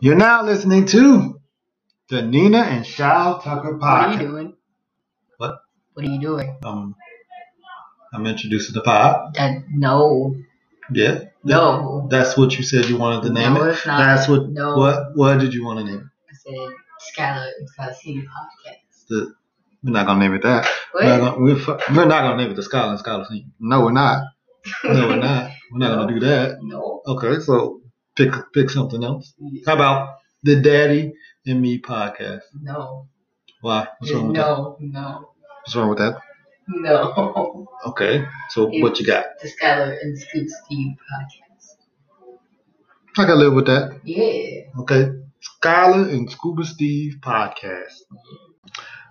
You're now listening to the Nina and Shao Tucker What are you podcast. doing? What? What are you doing? Um, I'm introducing the pod. That no, Yeah, no. that's what you said you wanted to name no, it. it's not. That's what. No, What? What did you want to name it? I said Skylar Skylar City podcast. We're not gonna name it that. What? We're, not gonna, we're, fu- we're not gonna name it the Scholar and Scholar Team. No, we're not. No, we're not. We're not gonna do that. no. Okay, so pick pick something else. How about the Daddy and Me podcast? No. Why? What's Just wrong with that? no, no, What's wrong with that? no. Okay, so It's- what you got? The Skylar and Scoop Steve podcast. I can live with that. Yeah. Okay. Skylar and Scuba Steve podcast.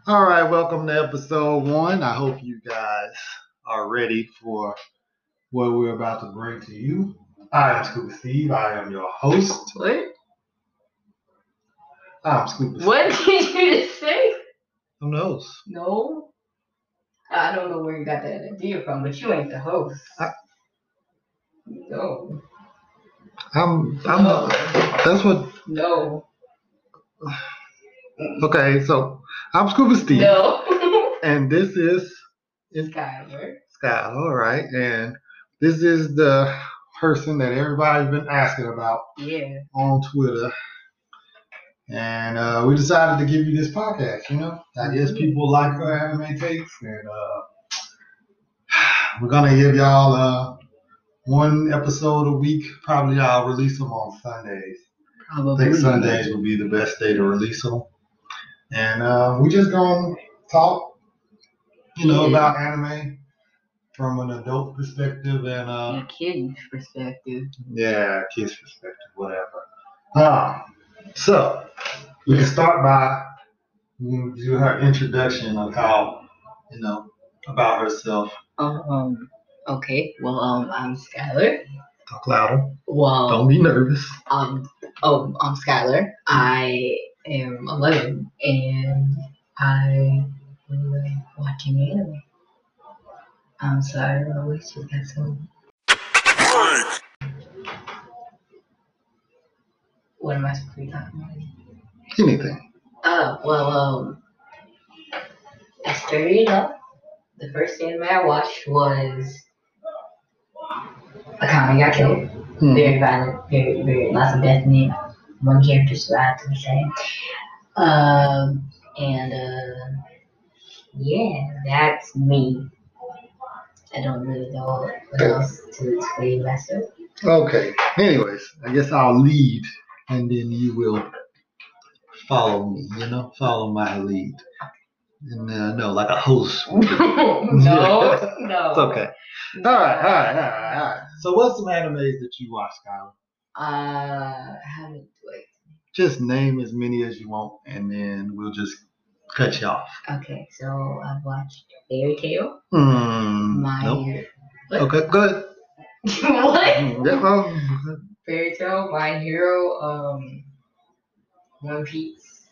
All right, welcome to episode one. I hope you guys are ready for what we're about to bring to you. I am Scuba Steve. I am your host. What? I'm Scuba Steve. What did you just say? I'm the host. No. I don't know where you got that idea from, but you ain't the host. I- No. I'm I'm no. that's what No. okay, so I'm Scuba Steve No. and this is Skylar. Scott, all right, and this is the person that everybody's been asking about Yeah. on Twitter. And uh, we decided to give you this podcast, you know? I guess people like our anime takes, and uh, we're going to give y'all uh, one episode a week. Probably I'll release them on Sundays. I Probably. think Sundays will be the best day to release them. And uh, we just going to talk, you know, Yeah. about anime from an adult perspective and uh, From a kid's perspective. yeah, kids' perspective, whatever. Um, so we can start by mm, do her introduction of how you know about herself. Um. Okay. Well. Um. I'm Skylar. Talk louder. Well. Don't be nervous. Um. Oh. I'm Skylar. I am 11, and I love watching anime. I'm sorry. I wish you got so. What am I supposed to be talking about? Anything. Oh, well, um, I started up. The first anime I watched was a comic got killed. Hmm. Very violent, very, very, lots of death in it. One character survived to be saved. Um, and, uh, yeah, that's me. I don't really know what else to explain myself. Okay. Anyways, I guess I'll lead, and then you will follow me. You know, follow my lead. And uh, no, like a host. would do. no, no. It's okay. All right, all right, all right, all right. So, what's some animes that you watch, Kyle? Uh, I haven't, like, just name as many as you want, and then we'll just cut you off. Okay, so I've watched Fairy Tale. Mm, My nope. What? Okay, good. what? Mm, yeah, well, Fairy Tale, My Hero, um, One Piece,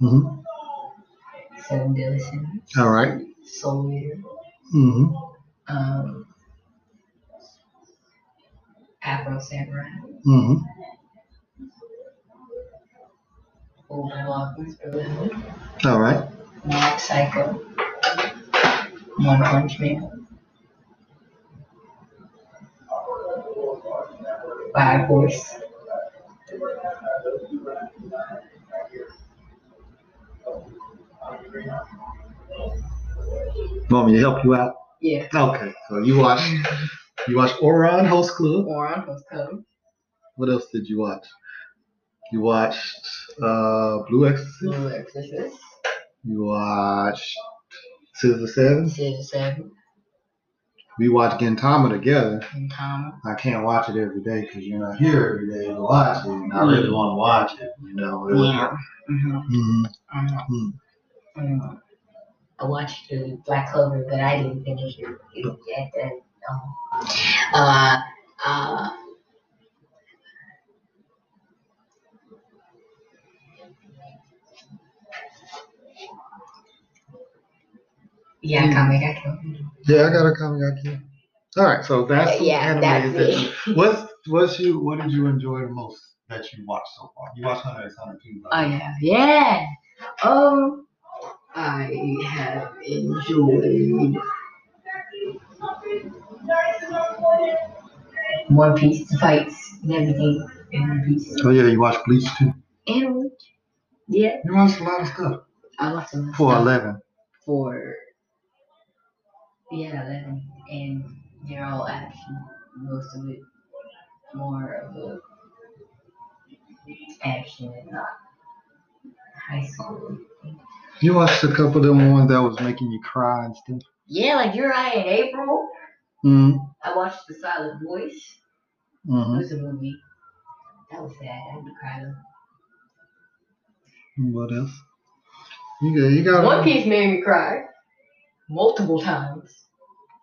mhm. Seven Deadly Sins, All right. Soul Eater, Mhm. um, Afro Samurai, Mhm. Overwalkers Brotherhood, All right. Mob Psycho, One Punch Man, Five Horse. Want me to help you out? Yeah. Okay. So you watch. You watch Oron Host Club. Oran was come. What else did you watch? You watched uh, Blue Exorcist. Blue Exorcist. You watched Scissor Seven. Season 7 We watched Gintama together. and Tom. I can't watch it every day because you're not here every day to watch it. And I really want to watch it, you know. it was- Yeah. hmm Mhm. hmm I watched the Black Clover, but I didn't finish it. Hmm. It- it- it- um, Uh, uh, yeah, Hmm. comic I can. Yeah, I got a comic out here. All right, so that's some Yeah, anime that's that- me. What's what's you what did you enjoy the most? that you watched so far? You watched Hunter x Hunter too. Oh yeah, yeah. Um, I have enjoyed One Piece, the fights and everything in One Piece. Oh yeah, you watched Bleach too. And yeah, You watched a lot of stuff. I watched a lot of For stuff eleven. for yeah, eleven, and they're all action. Most of it more of a action and not high school. You watched a couple of them ones that was making you cry and stuff. Yeah, like you're right in April. Mm. I watched The Silent Voice. It Mm-hmm. was a movie. That was sad. I would cry though. What else? You got, you got One Piece made me cry multiple times.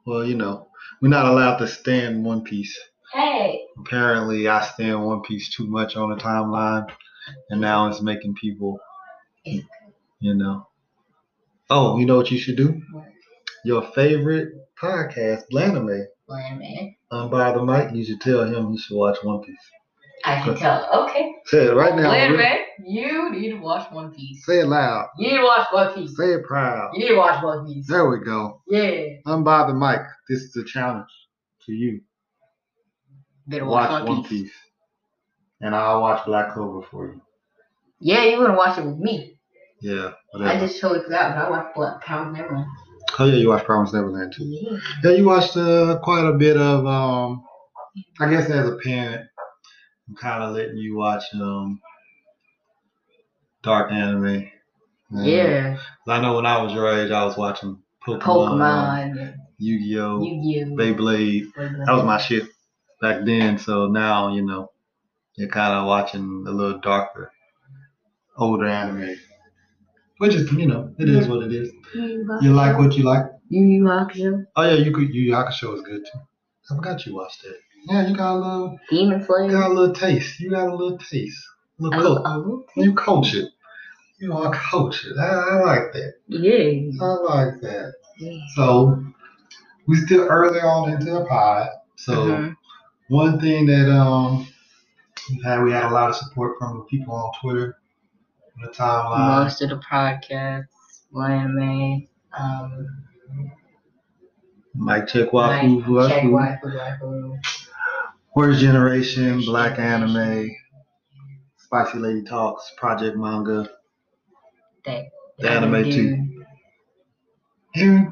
Well, you know, we're not allowed to stand One Piece. Hey, Apparently, I stand One Piece too much on the timeline, and now it's making people, It's- you know. Oh, you know what you should do? What? Your favorite podcast, Blaname, Bland man. um, by the mic, you should tell him he should watch One Piece. I can tell. Okay. Say it right now. Bland Rick. man, you need to watch One Piece. Say it loud. You need to watch One Piece. Say it proud. You need to watch One Piece. There we go. Yeah. I'm by the mic. This is a challenge to you. Better watch, Watch One Piece. And I'll watch Black Clover for you. Yeah, you wouldn't watch it with me. Yeah, I whatever. just showed it out, but I watched Black Power and everyone. Oh yeah, you watched Promised Neverland too. Yeah. Yeah, you watched uh, quite a bit of. Um, I guess as a parent, I'm kind of letting you watch um, dark anime. Um, Yeah. 'cause I know when I was your age, I was watching Pokemon, Pokemon, Yu-Gi-Oh, Yu-Gi-Oh. Beyblade. That was my shit back then. So now you know, you're kind of watching a little darker, older anime, which is you know, it is what it is. You like what you like. Yu-Yu Hakusho, Oh yeah, you could. Yu Yu Hakusho is good too. I forgot you watched that. Yeah, you got a little, Demon you Slayer. got a little taste. You got a little taste. I Little love, coach. I love it. You coach it. You are coach it. I, I like that. I Yeah. like that. Yeah. So we still early on into the pod. So Mhm. one thing that um we had we had a lot of support from the people on Twitter, the timeline. Most of the podcasts, Landman, um, Mike Chikwaku, who else Jack we- White, who I who- Worst Generation, Black Anime, Spicy Lady Talks, Project Manga. that. The anime dude. Dude, Hmm,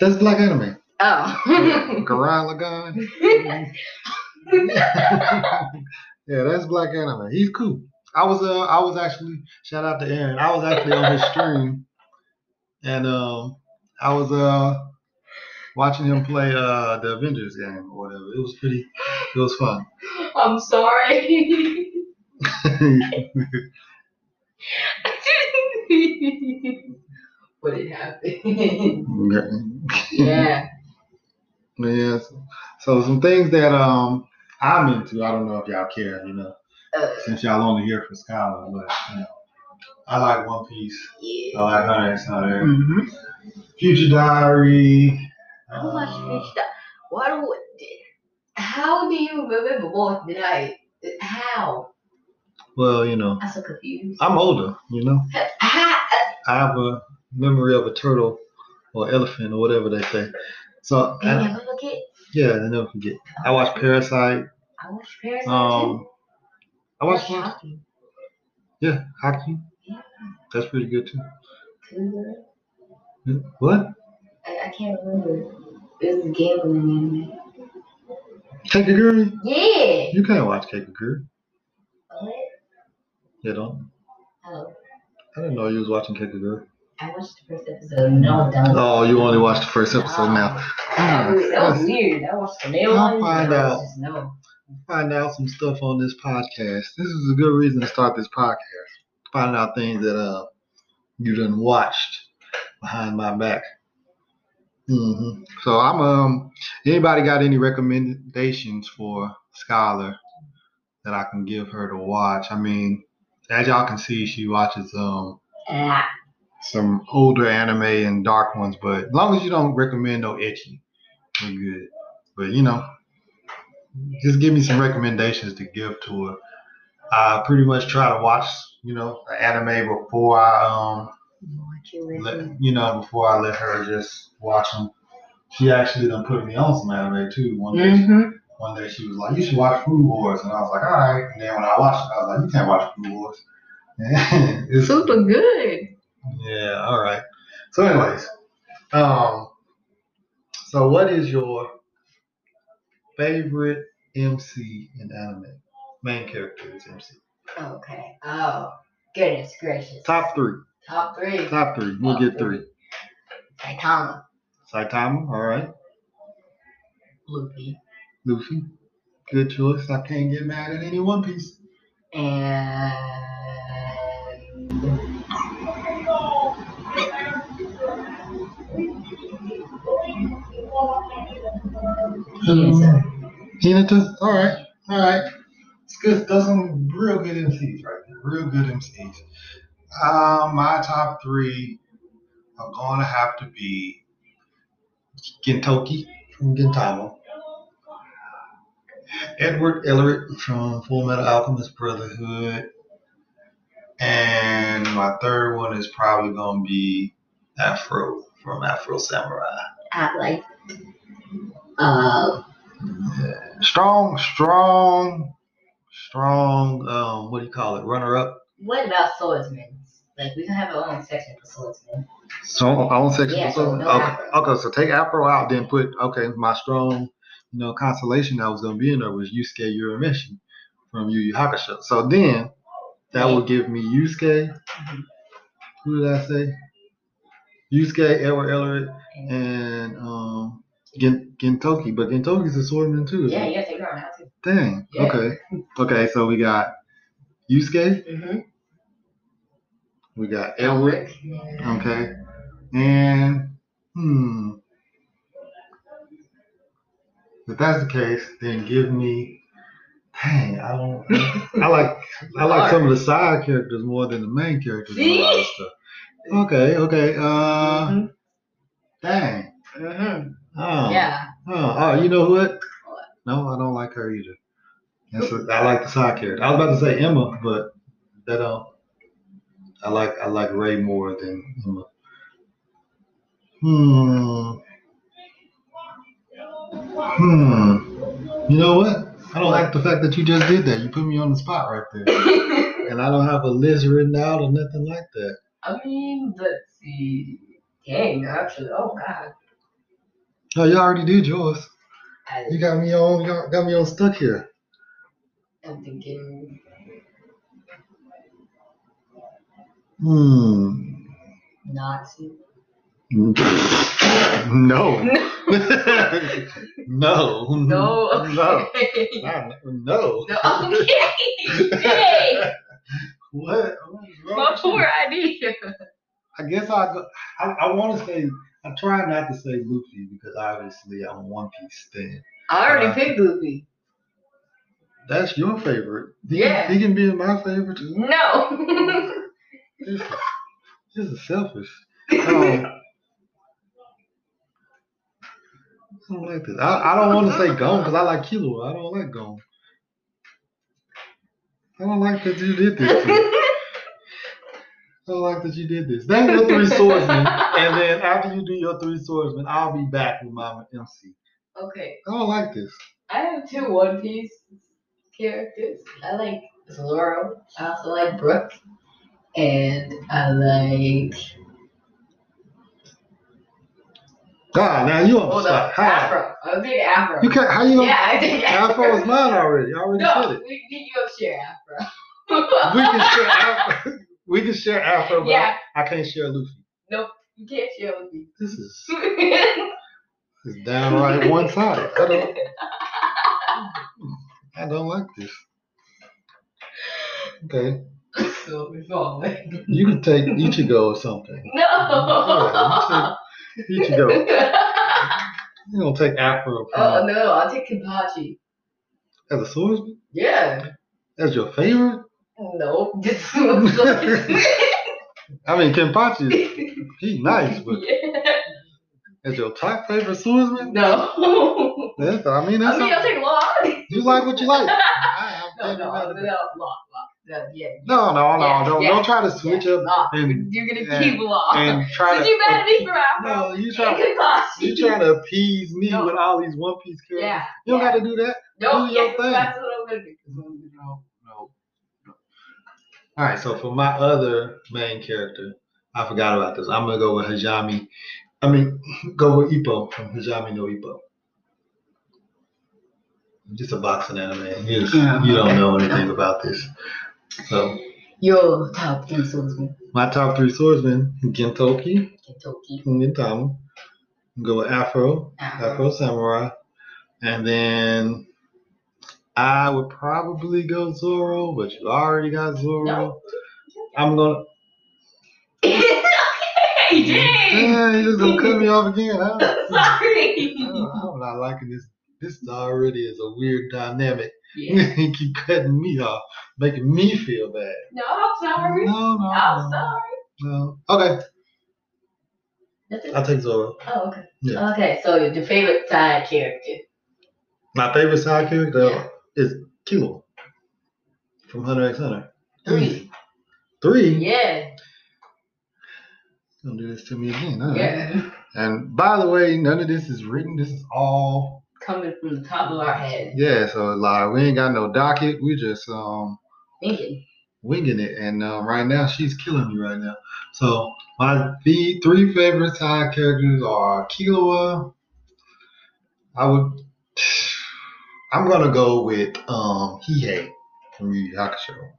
that's Black Anime. Oh. Garan Lagan. yeah, that's Black Anime. He's cool. I was uh, I was actually shout out to Aaron. I was actually on his stream, and um, I was uh watching him play uh the Avengers game or whatever. It was pretty. It was fun. I'm sorry. but it happened. yeah. Yeah. So, so some things that um I'm into. I don't know if y'all care, you know, Uh, since y'all only here for Scholar, but you know, I like One Piece. yeah. I like Hunter x Hunter. Mm-hmm. Future Diary. How much uh, fish that? Why do? How do you remember what did I? How? well, you know, I'm so confused. I'm older. You know, How? I have a memory of a turtle or elephant or whatever they say. So Did you and, ever look at? yeah, I never forget. I watched Parasite. I watched Parasite Um, I too. watched Shocking. yeah, hockey. Yeah. That's pretty good too. Cougar. Yeah. What? I, I can't remember. It was a gambling anime. Kakaguri? Yeah. You can't watch Kakaguri. What? You don't. Oh, I didn't know you was watching Kakaguri. I watched the first episode. No, I'm done. Oh, you only watched the first episode now. That was, that Yes. was weird. I watched the male I'll one. find and I out. was Just, no. Find out some stuff on this podcast. This is a good reason to start this podcast. Find out things that uh you done watched behind my back. hmm So I'm um anybody got any recommendations for Scholar that I can give her to watch? I mean, as y'all can see, she watches um Ah, some older anime and dark ones, but as long as you don't recommend no itchy, we're good. But you know, just give me some recommendations to give to her I pretty much try to watch, you know, an anime before I um, Watch it with let, me. you know, before I let her just watch them. She actually done put me on some anime too. One day, Mm-hmm. one day she was like, "You should watch Food Wars," and I was like, "All right." And then when I watched it, I was like, "You can't watch Food Wars." It's- Super good. yeah, all right. So, anyways, um, so what is your favorite MC in anime? Main character is MC. Okay. Oh, goodness gracious. Top three. Top three. Top three. We'll get three. Saitama, Saitama, all right. Luffy, Luffy, good choice. I can't get mad at any One Piece. and Hmm. Hinata. Hinata, all right, all right. It's good. Those are real good MCs right there. Real good MCs. Um, my top three are gonna have to be Gentoki from Gintama, Edward Elric from Full Metal Alchemist Brotherhood, and my third one is probably gonna be Afro from Afro Samurai. I like uh strong, strong, strong. Um, what do you call it? Runner up. what about swordsmen? Like we can have our own section for swordsmen. So own section. Yeah, so, so no okay, Afro. okay. So take Afro out, then put okay. My strong, you know, consolation that was gonna be in there was Yusuke Urameshi from Yu Yu Hakusho. So then that would give me Yusuke. Who did I say? Yusuke, Edward Elric, And, and um, Gen- Gentoki. But Gentoki's a swordman too. isn't yeah, he? you have to girl now too. Dang. Yeah. Okay. Okay. So we got Yusuke. Mm-hmm. We got Elric. Okay. And hmm. If that's the case, then give me dang, I don't I like I like some of the side characters more than the main characters. in a lot of stuff. Okay, okay. Uh hmm dang. hmm Oh. Yeah. Oh, oh, you know what? What? No, I don't like her either. That's a, I like the side character. I was about to say Emma, but that don't. I like I like Ray more than Emma. Hmm. Hmm. You know what? I don't like the fact that you just did that. You put me on the spot right there, and I don't have a list written out or nothing like that. I mean, let's see. Dang, actually, oh god. No, you Oh, already did yours. I, You got me on. You got- got me on stuck here. I'm thinking. Hmm. Nazi. No. no. No. No. Okay. Not- No. No. Okay. Dang. What? My poor idea. I guess I go. I, I want to say I'm trying not to say Luffy because obviously I'm a One Piece fan. I already already Uh, picked Luffy. That's your favorite. He, Yeah. He can be in my favorite too. No. This is, this is selfish. Um, I don't like this. I, I don't want to say Gone because I like Kilo. I don't like Gone. I don't like that you did this. to me. I don't like that you did this. That's your three swordsmen. And then after you do your three swordsmen, I'll be back with my MC. okay. I don't like this. I have two One Piece characters. I like Zoro. I also like Brook. And I like God, now you Hold upset. up. How? Afro. I did Afro. You can't. How you gonna? yeah, I did Afro is mine already. I already No, said it. we did you up share Afro. We can share Afro. We can share Afro, but yeah, I can't share Luffy. you can't share with me. This is It's downright one sided. I don't. I don't like this. Okay, so we fall away. you can take Ichigo or something. No. Ichigo. You don't take Afro from, oh no, I'll take Kimpachi. as a swordsman. Yeah. As your favorite? No. Just yeah. I mean, Kenpachi, he's nice, but as your top favorite swordsman? No. That's, I mean, I that's mean, something. I'll take Law. you like what you like. I have No, no, I'll do nothing that Law. Law. the, yeah. No, no, no. Yeah, don't yeah, don't try to switch up No, and you're gonna and- people off. and try Did to. you mad at me for Afro? no, you It try. could cost You you. trying to appease me No. with all these One Piece characters? Yeah. You don't yeah. got to do that. Nope, do your yeah, thing. That's what I'm gonna do. No, no, no. All right, so for my other main character, I forgot about this. I'm gonna go with Hajami. I mean, go with Ippo from Hajami no Ippo. Just a boxing anime. You, just- Yeah. you don't know anything about this. So Your top ten swordsman, my top three swordsmen: Gentoki, Kentucky. Gintama. Go with Afro, Um, Afro Samurai, and then I would probably go Zoro, but you already got Zoro. No. I'm gonna. okay, dang. Yeah, you just gonna cut me off again, huh? Sorry. Oh, I'm not liking this. This already is a weird dynamic. Yeah. You keep cutting me off, making me feel bad. No, I'm sorry. No, no, I'm no, sorry. no. Okay, Nothing. I'll take Zoro. Oh, okay. Yeah. Okay, so your favorite side character. My favorite side character Yeah. is Kilo from Hunter x Hunter. Three. Three. Yeah. Don't do this to me again. Huh? Yeah. And by the way, none of this is written. This is all Coming from the top of our head. yeah. So like, we ain't got no docket. We just um Thinking. winging it. And uh, right now, she's killing me right now. So my the three favorite side characters are Killua. I would. I'm gonna go with um Hihei from Yu Yu Hakusho,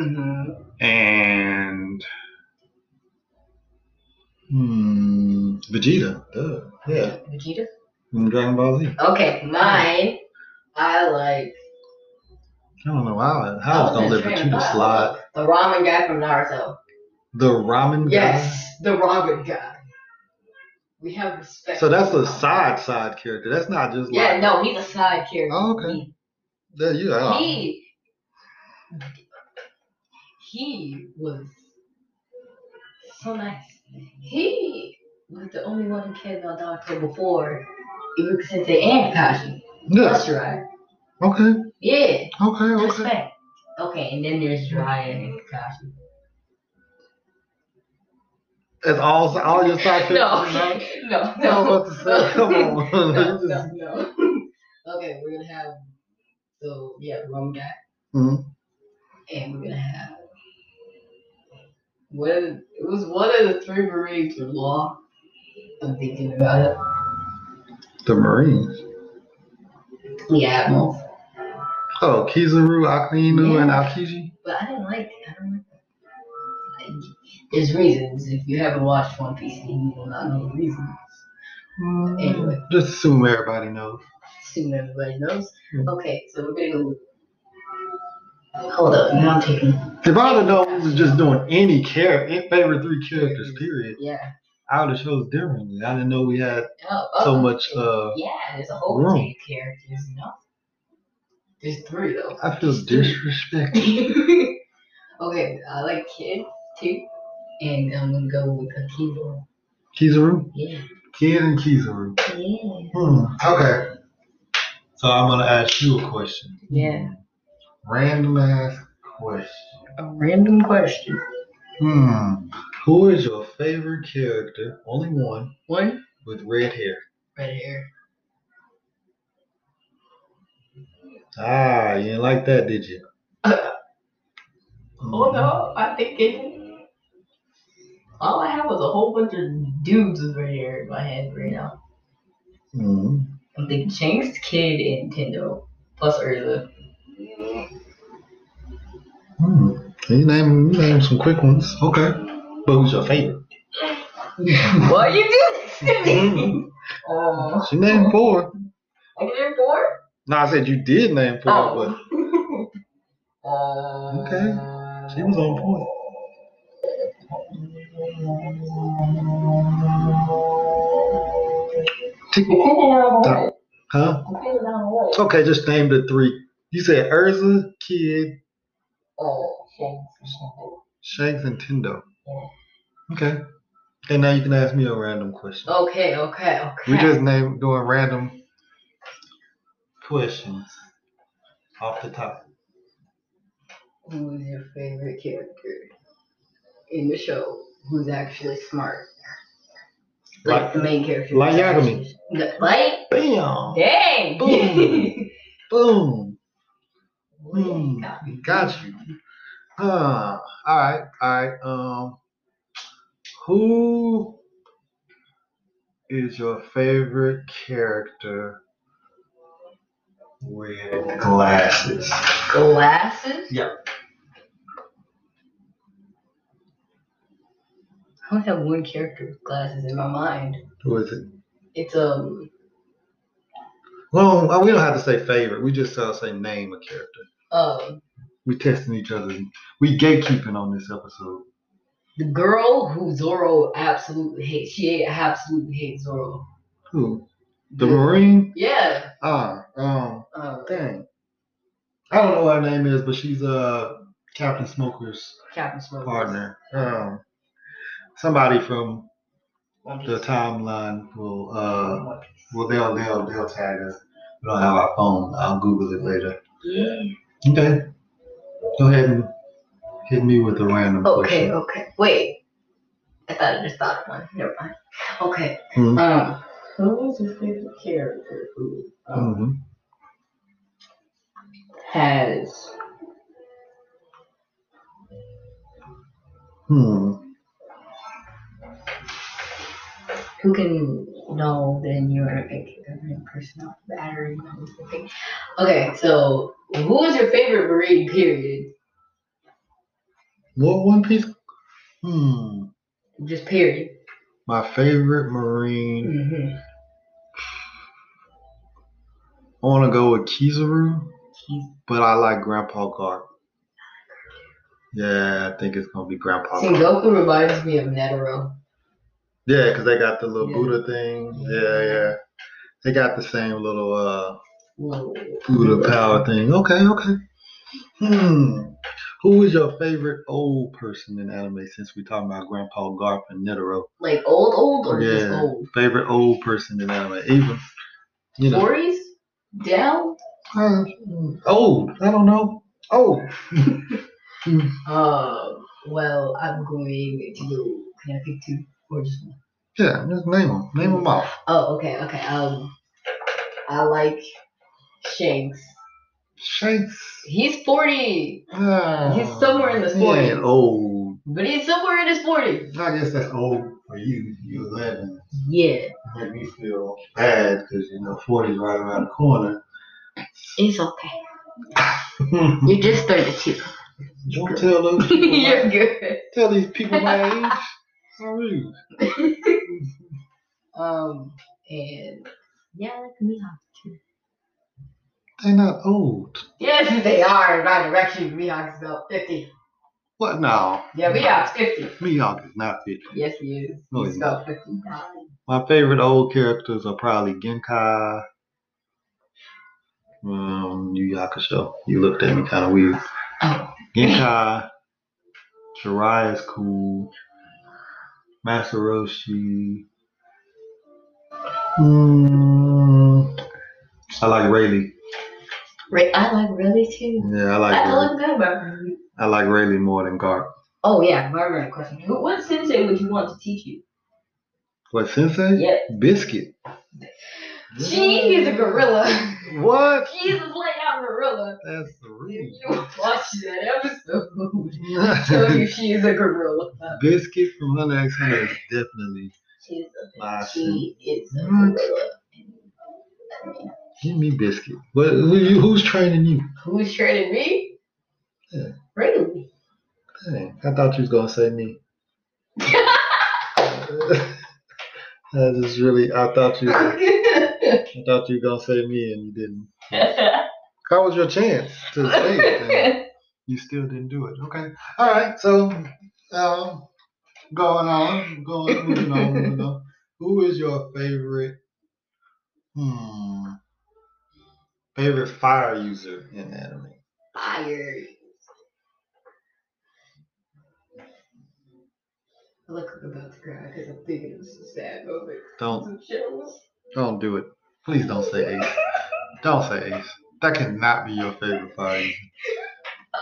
Mm-hmm. and hmm, Vegeta. Duh. Yeah, Vegeta. from Dragon Ball Z. Okay, mine. I like. I don't know how how Oh, it's gonna let Vegeta slide. The ramen guy from Naruto. The ramen guy. Yes, the ramen guy. We have respect. So that's for a ramen. side side character. That's not just like Yeah, no, he's a side character. Oh, okay. There you uh, He, are. he, he was so nice. He was the only one who cared about Naruto before Ibuka Sensei and Kakashi. Yeah. That's right. Okay. Yeah. Okay. Okay. Respect. Okay, and then there's Jiraiya and Kakashi. That's all. All your side characters. No, you know? no, I no. was about to say, come on. no, You just- no, no. okay, we're gonna have so yeah, rum guy, Mhm. and we're gonna have one. of the- It was one of the three Marines for law. I'm thinking about it. The Marines. The Admiral, Oh, Kizaru, Akinu, and Yeah. Aokiji. but I didn't like. I don't like. that. There's reasons. If you haven't watched One Piece, then you will not know the reasons. Mm, Anyway. Just assume everybody knows. Assume everybody knows. Hmm. Okay, so we're gonna go. Hold up, now I'm taking. If I would have known we was just doing any character, favorite three characters, period, Yeah. I would have chose differently. I didn't know we had Oh, so oh, much. uh Yeah, there's a whole room. room. of characters, no? There's three though. I feel disrespected. okay, I like Kid too, and I'm gonna go with Akiba. Kizaru, Yeah, Kid, and Kizaru. yeah, Hmm. Okay. So I'm gonna ask you a question. yeah. Random ass question. A random question. Hmm. Who is your favorite character? Only one One with red hair. red hair. Ah, you didn't like that, did you? Oh no, I think it. All I have was a whole bunch of dudes with red hair in my head right now. Hmm. I'm thinking Shanks, Kid, and Tendo, plus Urza. Hmm. You name, you name some quick ones. Okay. But who's your favorite? what you do to Mm. me? oh, She named four. I did it four. No, I said you did name four, Oh. Uh, Okay. but she was on point. Tick. Depending Huh? on what? Okay, just name the three. You said Urza, Kid, Oh, Shanks or something. Shanks and Tendo. Yeah. Okay. And now you can ask me a random question. Okay, okay, okay. We just named doing random questions off the top. who is your favorite character in the show who's actually smart? Like, Like- the main character. like who's Yagami. actually- No, Like, Bam! dang. Boom. Boom! Boom! Got me. Mm, Got you. Huh. All right. All right. Um, who is your favorite character? with glasses. Glasses? Yeah. I only have one character with glasses in my mind. Who is it? It's um Well, uh, we don't have to say favorite. We just uh, say name a character. um We testing each other. We gatekeeping on this episode. the girl who Zoro absolutely hates. She absolutely hates Zoro. Who? The Marine? Yeah. Ah. Um. Um, Dang. I don't know what her name is, but she's uh Captain Smoker's Captain Smoke. partner. Um, somebody from the timeline will uh well they'll they'll they'll tag us. We don't have our phone. I'll Google it later. Yeah. Okay. Go ahead and hit me with a random Okay, question. okay. Wait. I thought I just thought of one. Never mind. Okay. Mhm. Um who's your favorite character who um, Mhm. has Hmm. who can know then you're a good person off the battery. and all this thing. Okay, so who is your favorite Marine? Period. What One Piece? Hmm. Just period. My favorite Marine. Mm-hmm. I want to go with Kizaru, but I like Grandpa Garp. Yeah, I think it's gonna be Grandpa. Garp. Sengoku reminds me of Netero. Yeah, because they got the little Yeah. Buddha thing. Yeah, yeah. They got the same little uh Whoa. Buddha power thing. Okay, okay. Hmm. Who is your favorite old person in anime since we talking about Grandpa Garp and Netero? Like old, old, or just Yeah. old? Favorite old person in anime. Even you know Stories? Down? uh, old. I don't know. Old. Uh, well, I'm going to go. Can I pick two or just one? Yeah, just name them. Name them off. Oh, okay, okay. Um, I like Shanks. Shanks. He's 40, Ah, He's somewhere in the he forties. ain't Old. but he's somewhere in his 40s. I guess that's old for you. You 11. Yeah, Make me feel bad because you know 40's right around the corner. it's okay. You're just 32. Don't tell those people my- You're good. tell these people my age. How rude. Um, and yeah, I like Mihawk too. They're not old. Yes, they are in my direction. Mihawk's about 50. What now? Yeah, Mihawk's 50. Mihawk is not fit. Yes, he is. No, He's he's about 59. My favorite old characters are probably Genkai. Um, Yu Yakusho. You looked at me kind of weird. Oh. Genkai. Jiraiya's cool. Masaroshi. Mm, I like Rayleigh. Right, I like really too. Yeah, I like I Rayleigh. love that about Rayleigh. I like Rayleigh more than Garp. Oh, yeah, my random question. Who, what sensei would you want to teach you? What Sensei? Yep. Biscuit. She is a gorilla. What? She's a flat out gorilla. That's the If real. you watch that episode, tell you she is a gorilla. Biscuit from Hunter X Hunter is definitely. She's a Nah, she is a Mm. gorilla. Give me Biscuit. What, who you, who's training you? Who's training me? Yeah. Really? Dang, I thought you was gonna say me. I just really, I thought you, I thought you were gonna say me, and you didn't. That was your chance to say it. and you still didn't do it. Okay. All right. So, um, going on, going, moving on, moving on. Who is your favorite? Hmm. Favorite fire user in anime? Fire. I look like I'm about to cry because I'm thinking of some sad moments. Don't, Some shows. don't do it. Please don't say Ace. Don't say Ace. That cannot be your favorite fire user. I'm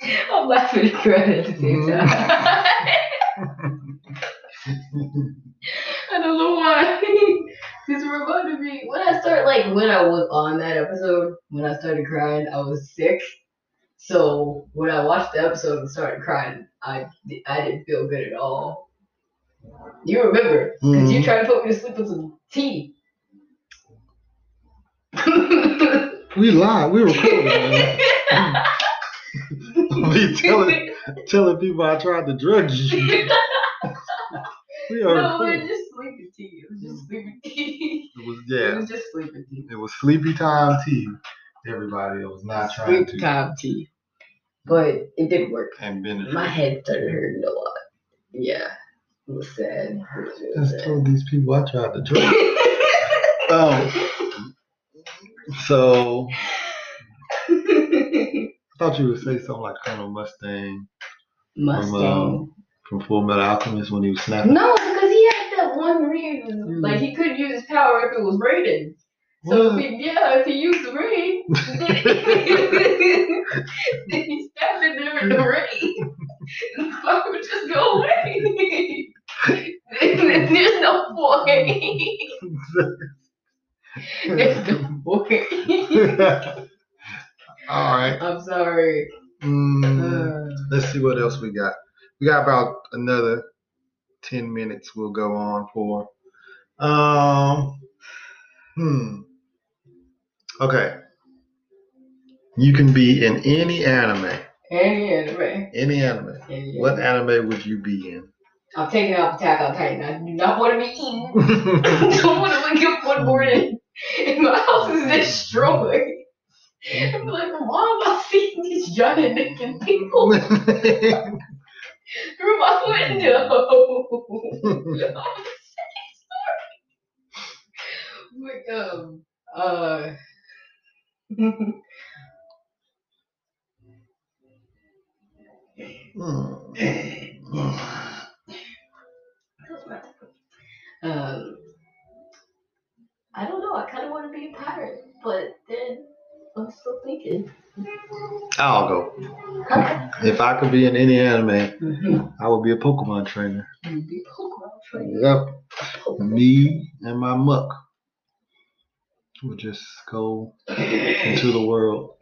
sorry. I'm laughing and crying at the same time. I don't know why. This reminded me when I start like when I was on that episode when I started crying I was sick. So when I watched the episode and started crying, I di- I didn't feel good at all. You remember? Because Mm-hmm. you tried to put me to sleep with some tea. Hmm. We live. We recording. man. we telling telling people I tried to drug you. We are no, it recording. was just sleeping tea. It was just sleeping tea. It was It yeah. was just sleeping tea. It was Sleepy time tea. Everybody was not trying Sleep to. time tea. But it didn't work. and Benedict. My head started hurting a lot. Yeah. It was sad. It was really Just sad. told these people I tried to drug. um. So I thought you would say something like Colonel Mustang Mustang. from Full Metal Alchemist when he was snapping. No, because he had that one ring. Like he couldn't use his power if it was raining. So if What? he, yeah, if he used the rain, then then he stabbed in there in the rain. The fire would just go away. There's no point. There's no point. All right. I'm sorry. Mm, Uh, let's see what else we got. We got about another ten minutes. We'll go on for. Um. Hmm. Okay. You can be in any anime. any anime. Any anime. Any What anime. anime would you be in? I'm taking out Attack on Titan. I do not want to be eaten. I don't want to wake up one morning and my house is destroyed. I'm like, why am I seeing these giant naked people through my window? like, um, uh, Hmm. um, I don't know. I kind of want to be a pirate, but then I'm still thinking. I'll go. If I could be in any anime, Mhm. I would be a Pokemon trainer. You'd be Pokemon trainer. Yep. Me and my muck would just go into the world.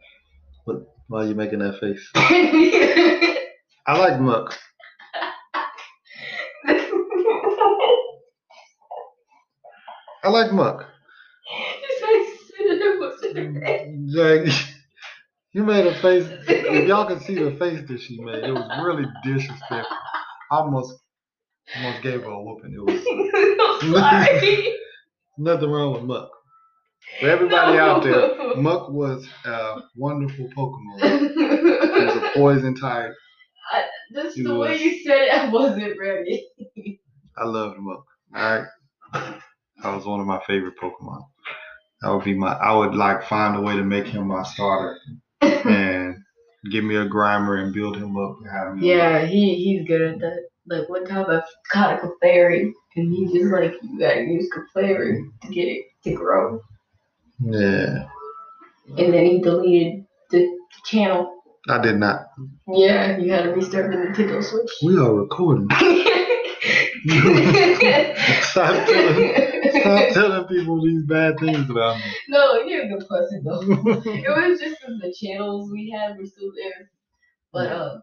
But why are you making that face? I like muck. I like muck. Like you made a face. If y'all could see the face that she made, it was really disrespectful. I almost almost gave her a whooping. It was Sorry. nothing wrong with muck. For everybody out there, Muck was a wonderful Pokemon. He was a poison type. That's He the way was- you said it. I wasn't ready. I loved Muck. Alright. That was one of my favorite Pokemon. That would be my I would like find a way to make him my starter and give me a grimer and build him up and have me Yeah, he he's good at that. Like one time I caught a Clefairy, and he's just like, you gotta use Clefairy to get it to grow. Yeah. And then he deleted the channel. I did not. Yeah, you had to restart the Nintendo We are recording. Switch. stop telling stop telling people these bad things about me. no, you're a good person though. it was just 'cause the channels we had were still there. But Yeah. uh,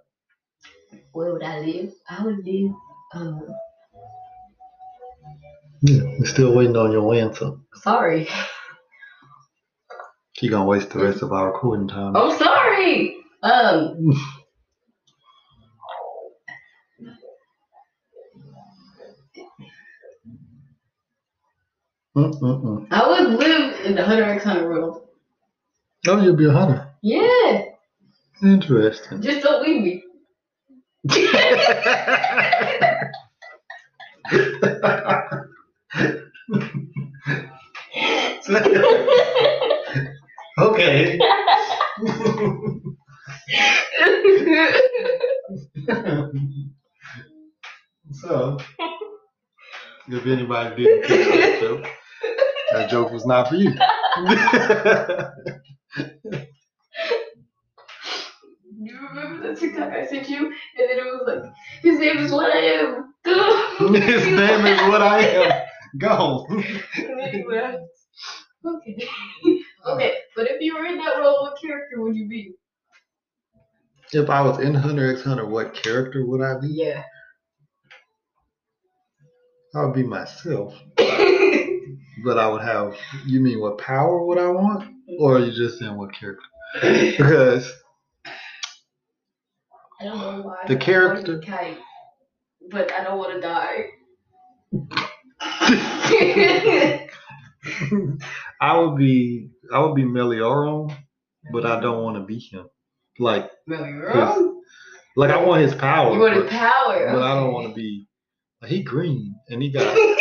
where would I live? I would live. Um, Yeah, we're still waiting on your answer. sorry. She gonna waste the rest of our recording time. I'm sorry. Um. Mm-mm-mm. I would live in the Hunter X Hunter world. Oh, you'll be a hunter. Yeah, Interesting. just don't leave me. okay. so, if anybody didn't catch that joke, that joke was not for you. You remember the TikTok I sent you? And then it was like, his name is what I am. His name is what I am. Go. And then he laughed. okay. okay, but if you were in that role, what character would you be? If I was in Hunter X Hunter, what character would I be? Yeah. I would be myself. But I would have. You mean what power would I want, or are you just saying what character? Because I don't know why. The I wanna character- be Kite, but I don't want to die. I would be I would be Melioro, but I don't want to be him. Like Really, Yes. like I want his power, You want but, his power. but I don't want to be. Like, he green and he got he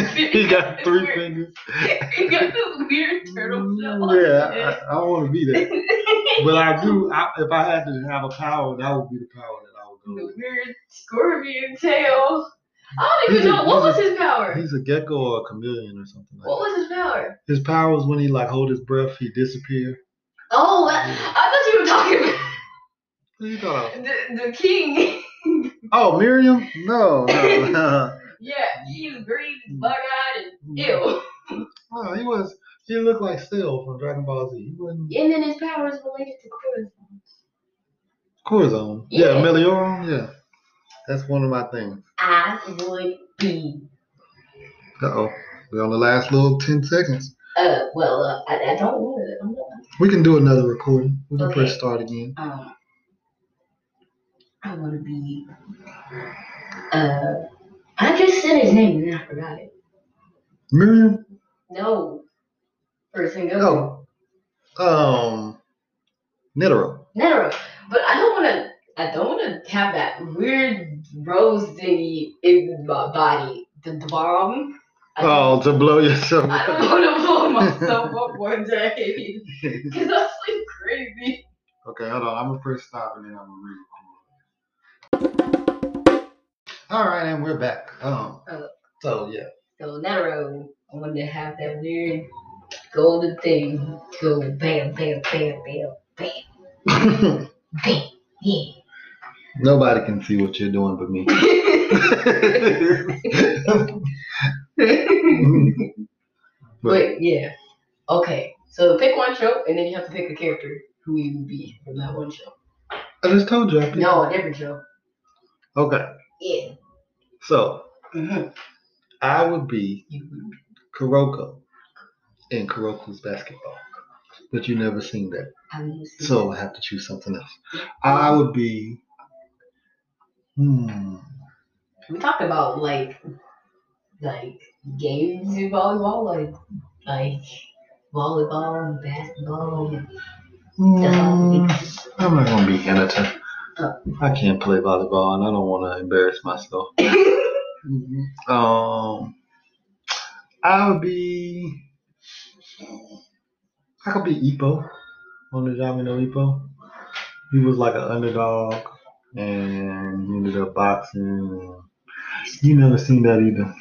he got three fingers. Mm, He got this weird turtle shell. on his Yeah, head. I, I don't want to be that. But I do. I, if I had to have a power, that would be the power that I would go. The with. weird scorpion tail. I don't even know what was his power. He's a gecko or a chameleon or something like What was his power? that. His power is when he like hold his breath, he disappear. Oh, I thought you were talking about What you thought? I was- the, the king. Oh, Miriam? No, no. Yeah, he's green, bug-eyed, and ew. no, Oh, he was. He looked like Cell from Dragon Ball Z. He wasn't And then his power is related to Coruscant. Corazon. Yeah, Yeah. Melioram. Yeah, that's one of my things. I would be. Uh oh, we're on the last little ten seconds. Uh, well, uh, I, I don't want to. I'm not We can do another recording. We can press Okay. start again. um, I want to be. Uh, I just said his name and I forgot it. Miriam. No, person go. Oh, um, Netero. Netero. But I don't want to. I don't want to have that weird rose thingy in my body. The, the bomb. I don't- Oh, to blow yourself. I up. don't want to blow myself up one day because I sleep crazy. Okay, hold on. I'm gonna press stop and then I'm gonna re-record. All right, and we're back. Um, Oh. so yeah, So Nero, I wanted to have that weird golden thing go bam, bam, bam, bam, bam, bam. Yeah. nobody can see what you're doing but me. but but yeah. Okay. So pick one show and then you have to pick a character who you would be from that one show. I just told you. I picked- No, a different show. Okay, Yeah. so Mm-hmm. hmm I would be You would be- Kuroko in Kuroko's basketball, but you never seen that, I would see so I have to choose something else. I would be. Hmm. that. we talked about like like games in volleyball, like like volleyball and basketball and Mm, I'm not gonna be Hinata. Oh. I can't play volleyball, and I don't want to embarrass myself. Um, I'll be. I could be Ipo on the job. You know Ipo. He was like an underdog, and he ended up boxing. You never seen that either.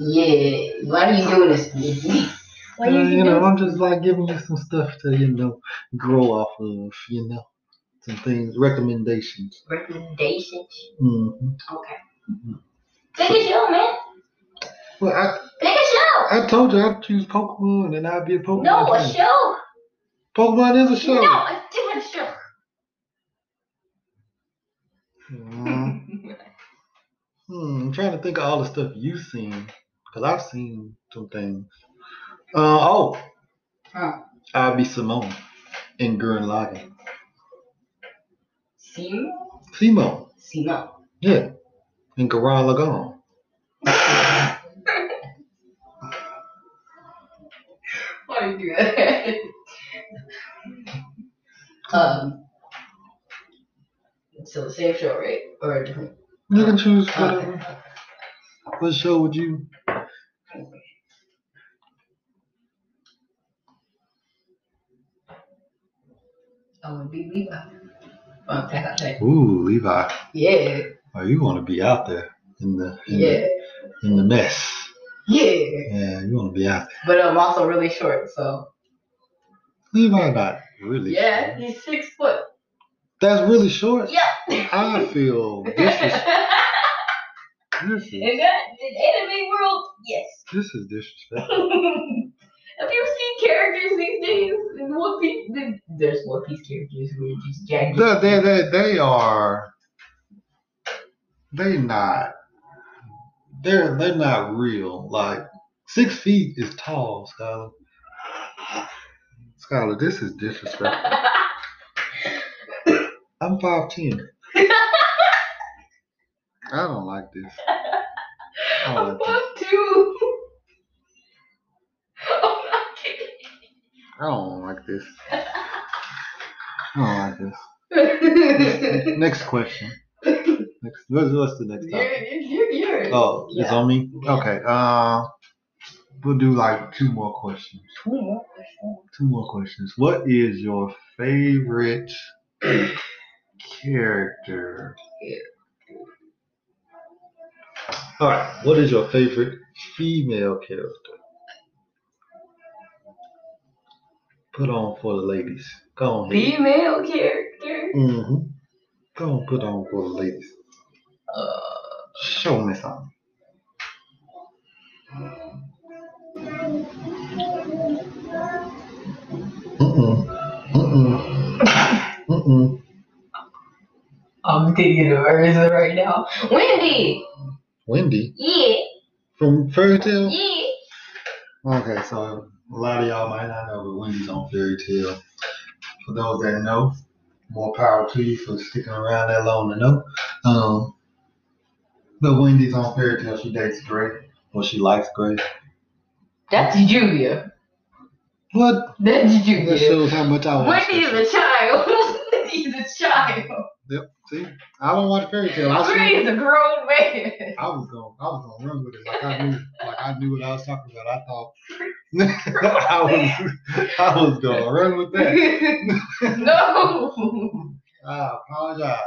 Yeah, why are you doing this to me? Why Uh, you, you you know, doing I'm just like giving you some stuff to you know grow off of. You know, some things, recommendations. recommendations? hmm Okay. Pick a show, man. Well, I, Pick a show. I told you I'd choose Pokemon and I'd be a Pokemon. No, a fan. show. Pokemon is a show. No, a different show. Mm. Hmm, I'm trying to think of all the stuff you've seen because I've seen some things. Uh, oh, Huh. I'll be Simone in Gurren Lagann. Simo? Simone, Simo. yeah, in Gurren Lagann. Why do you do that? um. So the same show, right? Or a different? You can choose Okay. whatever. What show would you? I would oh, be Levi. Fun fact, I think. Ooh, Levi. Yeah. Oh, you want to be out there in the in, Yeah. the, in the mess? Yeah. Yeah, you want to be out there. But I'm also really short, so. Levi not really. Yeah, he's six foot. That's really short. Yep. I feel Ah, this is In this is, that in anime world, yes. this is disrespectful. Have you seen characters these days in One Piece? the- There's One Piece characters who are just jagged. No, They, they, they are. They not. They're they're not real. Like six feet is tall, Skylar. Skylar, this is disrespectful. I'm five ten. I don't like this. I don't like this. Book two. Oh my I don't like this. I don't like god. this. Next question. Next, what's, what's the next You're, topic? you're, you're, you're. Oh, it's on me. Okay. Uh, we'll do like two more questions. Two more questions. What is your favorite Character. All right. What is your favorite female character? Put on for the ladies. Go on. Hit. Female character. Mm-hmm. Go on. Put on for the ladies. Uh, Show me something. Mm-mm. Mm-mm. Mm-mm. I'm thinking of Urza right now. Wendy. Wendy Yeah. from Fairy Tale. Yeah. Okay. So So a lot of y'all might not know, but Wendy's on Fairy Tale. For those that know, more power to you for sticking around that long to know. Um, but Wendy's on Fairy Tale. She dates Gray, or she likes Gray. That's Julia. what? That's That Julia. shows how much I watch. Wendy this is a child. He's a child. shit. See, I don't watch Fairy Tale. I see. Gray is a grown man. I was going, I was going to run with it. Like I knew, like I knew what I was talking about. I thought I was, I was going to run with that. no. I apologize.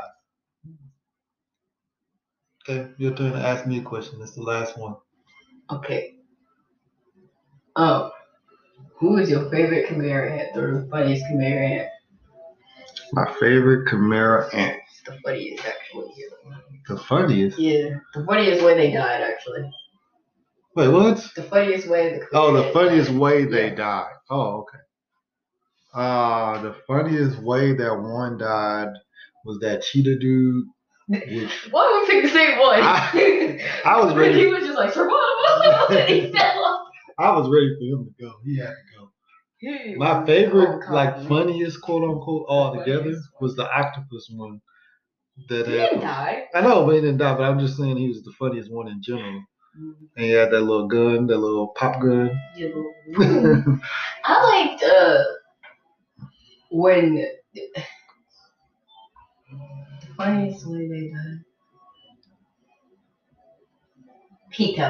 Okay, your turn to ask me a question. That's the last one. Okay. Um, who is your favorite Chimera ant or the funniest Chimera ant? My favorite Chimera ant, It's the funniest, actually. the funniest. Yeah, the funniest way they died, actually. Wait, what? The funniest way the Oh, the Chimera funniest ant way they died. Oh, okay. Uh the funniest way that one died was that cheetah dude. Which died. Why would we pick the same one? I- I was He ready. was just like, Survival! and he fell off. I was ready for him to go. He had to go. He My was favorite, so like cocky. funniest quote unquote altogether Funniest one. was the octopus one. That He happened. didn't die. I know, but he didn't die. But I'm just saying he was the funniest one in general. And he had that little gun, that little pop gun. Yeah. I liked uh when the funniest way they done Pito.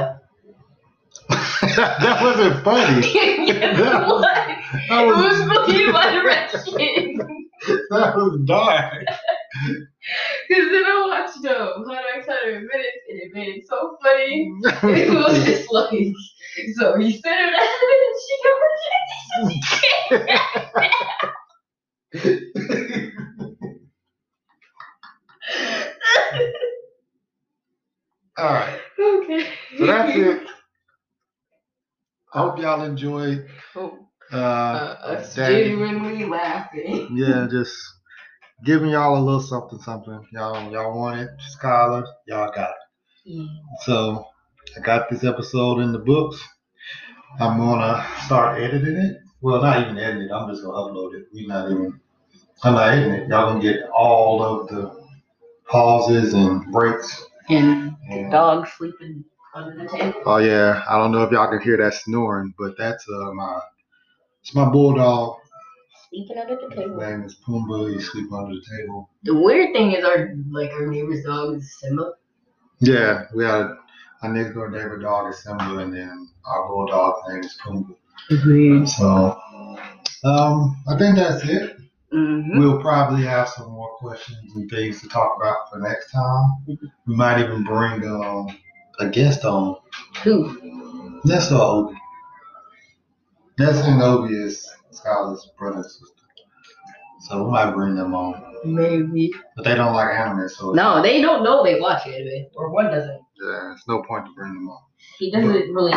that wasn't funny. yes, That was- it was. That It was, was looking my direction. that was dark. Because then I watched um, Hot X Hunter in minutes and it made it so funny. It was just like, so he sent her that and she got rejected. All right, Okay. so that's it. I hope y'all enjoyed. Oh, uh, Uh, us that- genuinely laughing. yeah, just giving y'all a little something, something. Y'all, y'all want it, scholars. Y'all got it. So I got this episode in the books. I'm gonna start editing it. Well, not even editing it. I'm just gonna upload it. We not even. I'm not editing it. Y'all gonna get all of the pauses and breaks. And the And, dog sleeping under the table. Oh yeah, I don't know if y'all can hear that snoring, but that's uh my it's my bulldog. Sleeping under the his uh, table. name is Pumbaa. He's sleeping under the table. The weird thing is our like our neighbor's dog is Simba. Yeah, We had our next door neighbor dog is Simba, and then our bulldog's name is Pumbaa. Agreed. So, um, I think that's it. Mm-hmm. We'll probably have some more questions and things to talk about for next time. We might even bring um, a guest on. Who? That's not Obi. That's and Obi is Skylar's brother and sister. So we might bring them on. Maybe. But they don't like anime, so No, they don't know they watch anime, or one doesn't. yeah, there's no point to bring them up. He doesn't really.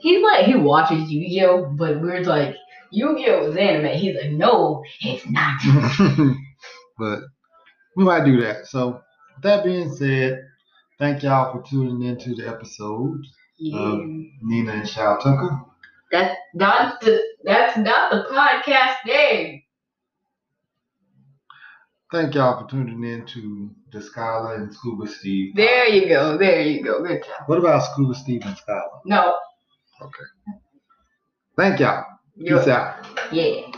He's like he watches Yu-Gi-Oh, but we're like Yu-Gi-Oh is anime. He's like, no, it's not. but we might do that. So, with that being said, thank y'all for tuning into the episode. Yeah. Nina and Shao Tucker. That's not the. That's not the podcast name. Thank y'all for tuning in to the Skylar and Scuba Steve. There you go. There you go. Good job. What about Scuba Steve and Skylar? No. Thank y'all. You're, Peace out. yeah.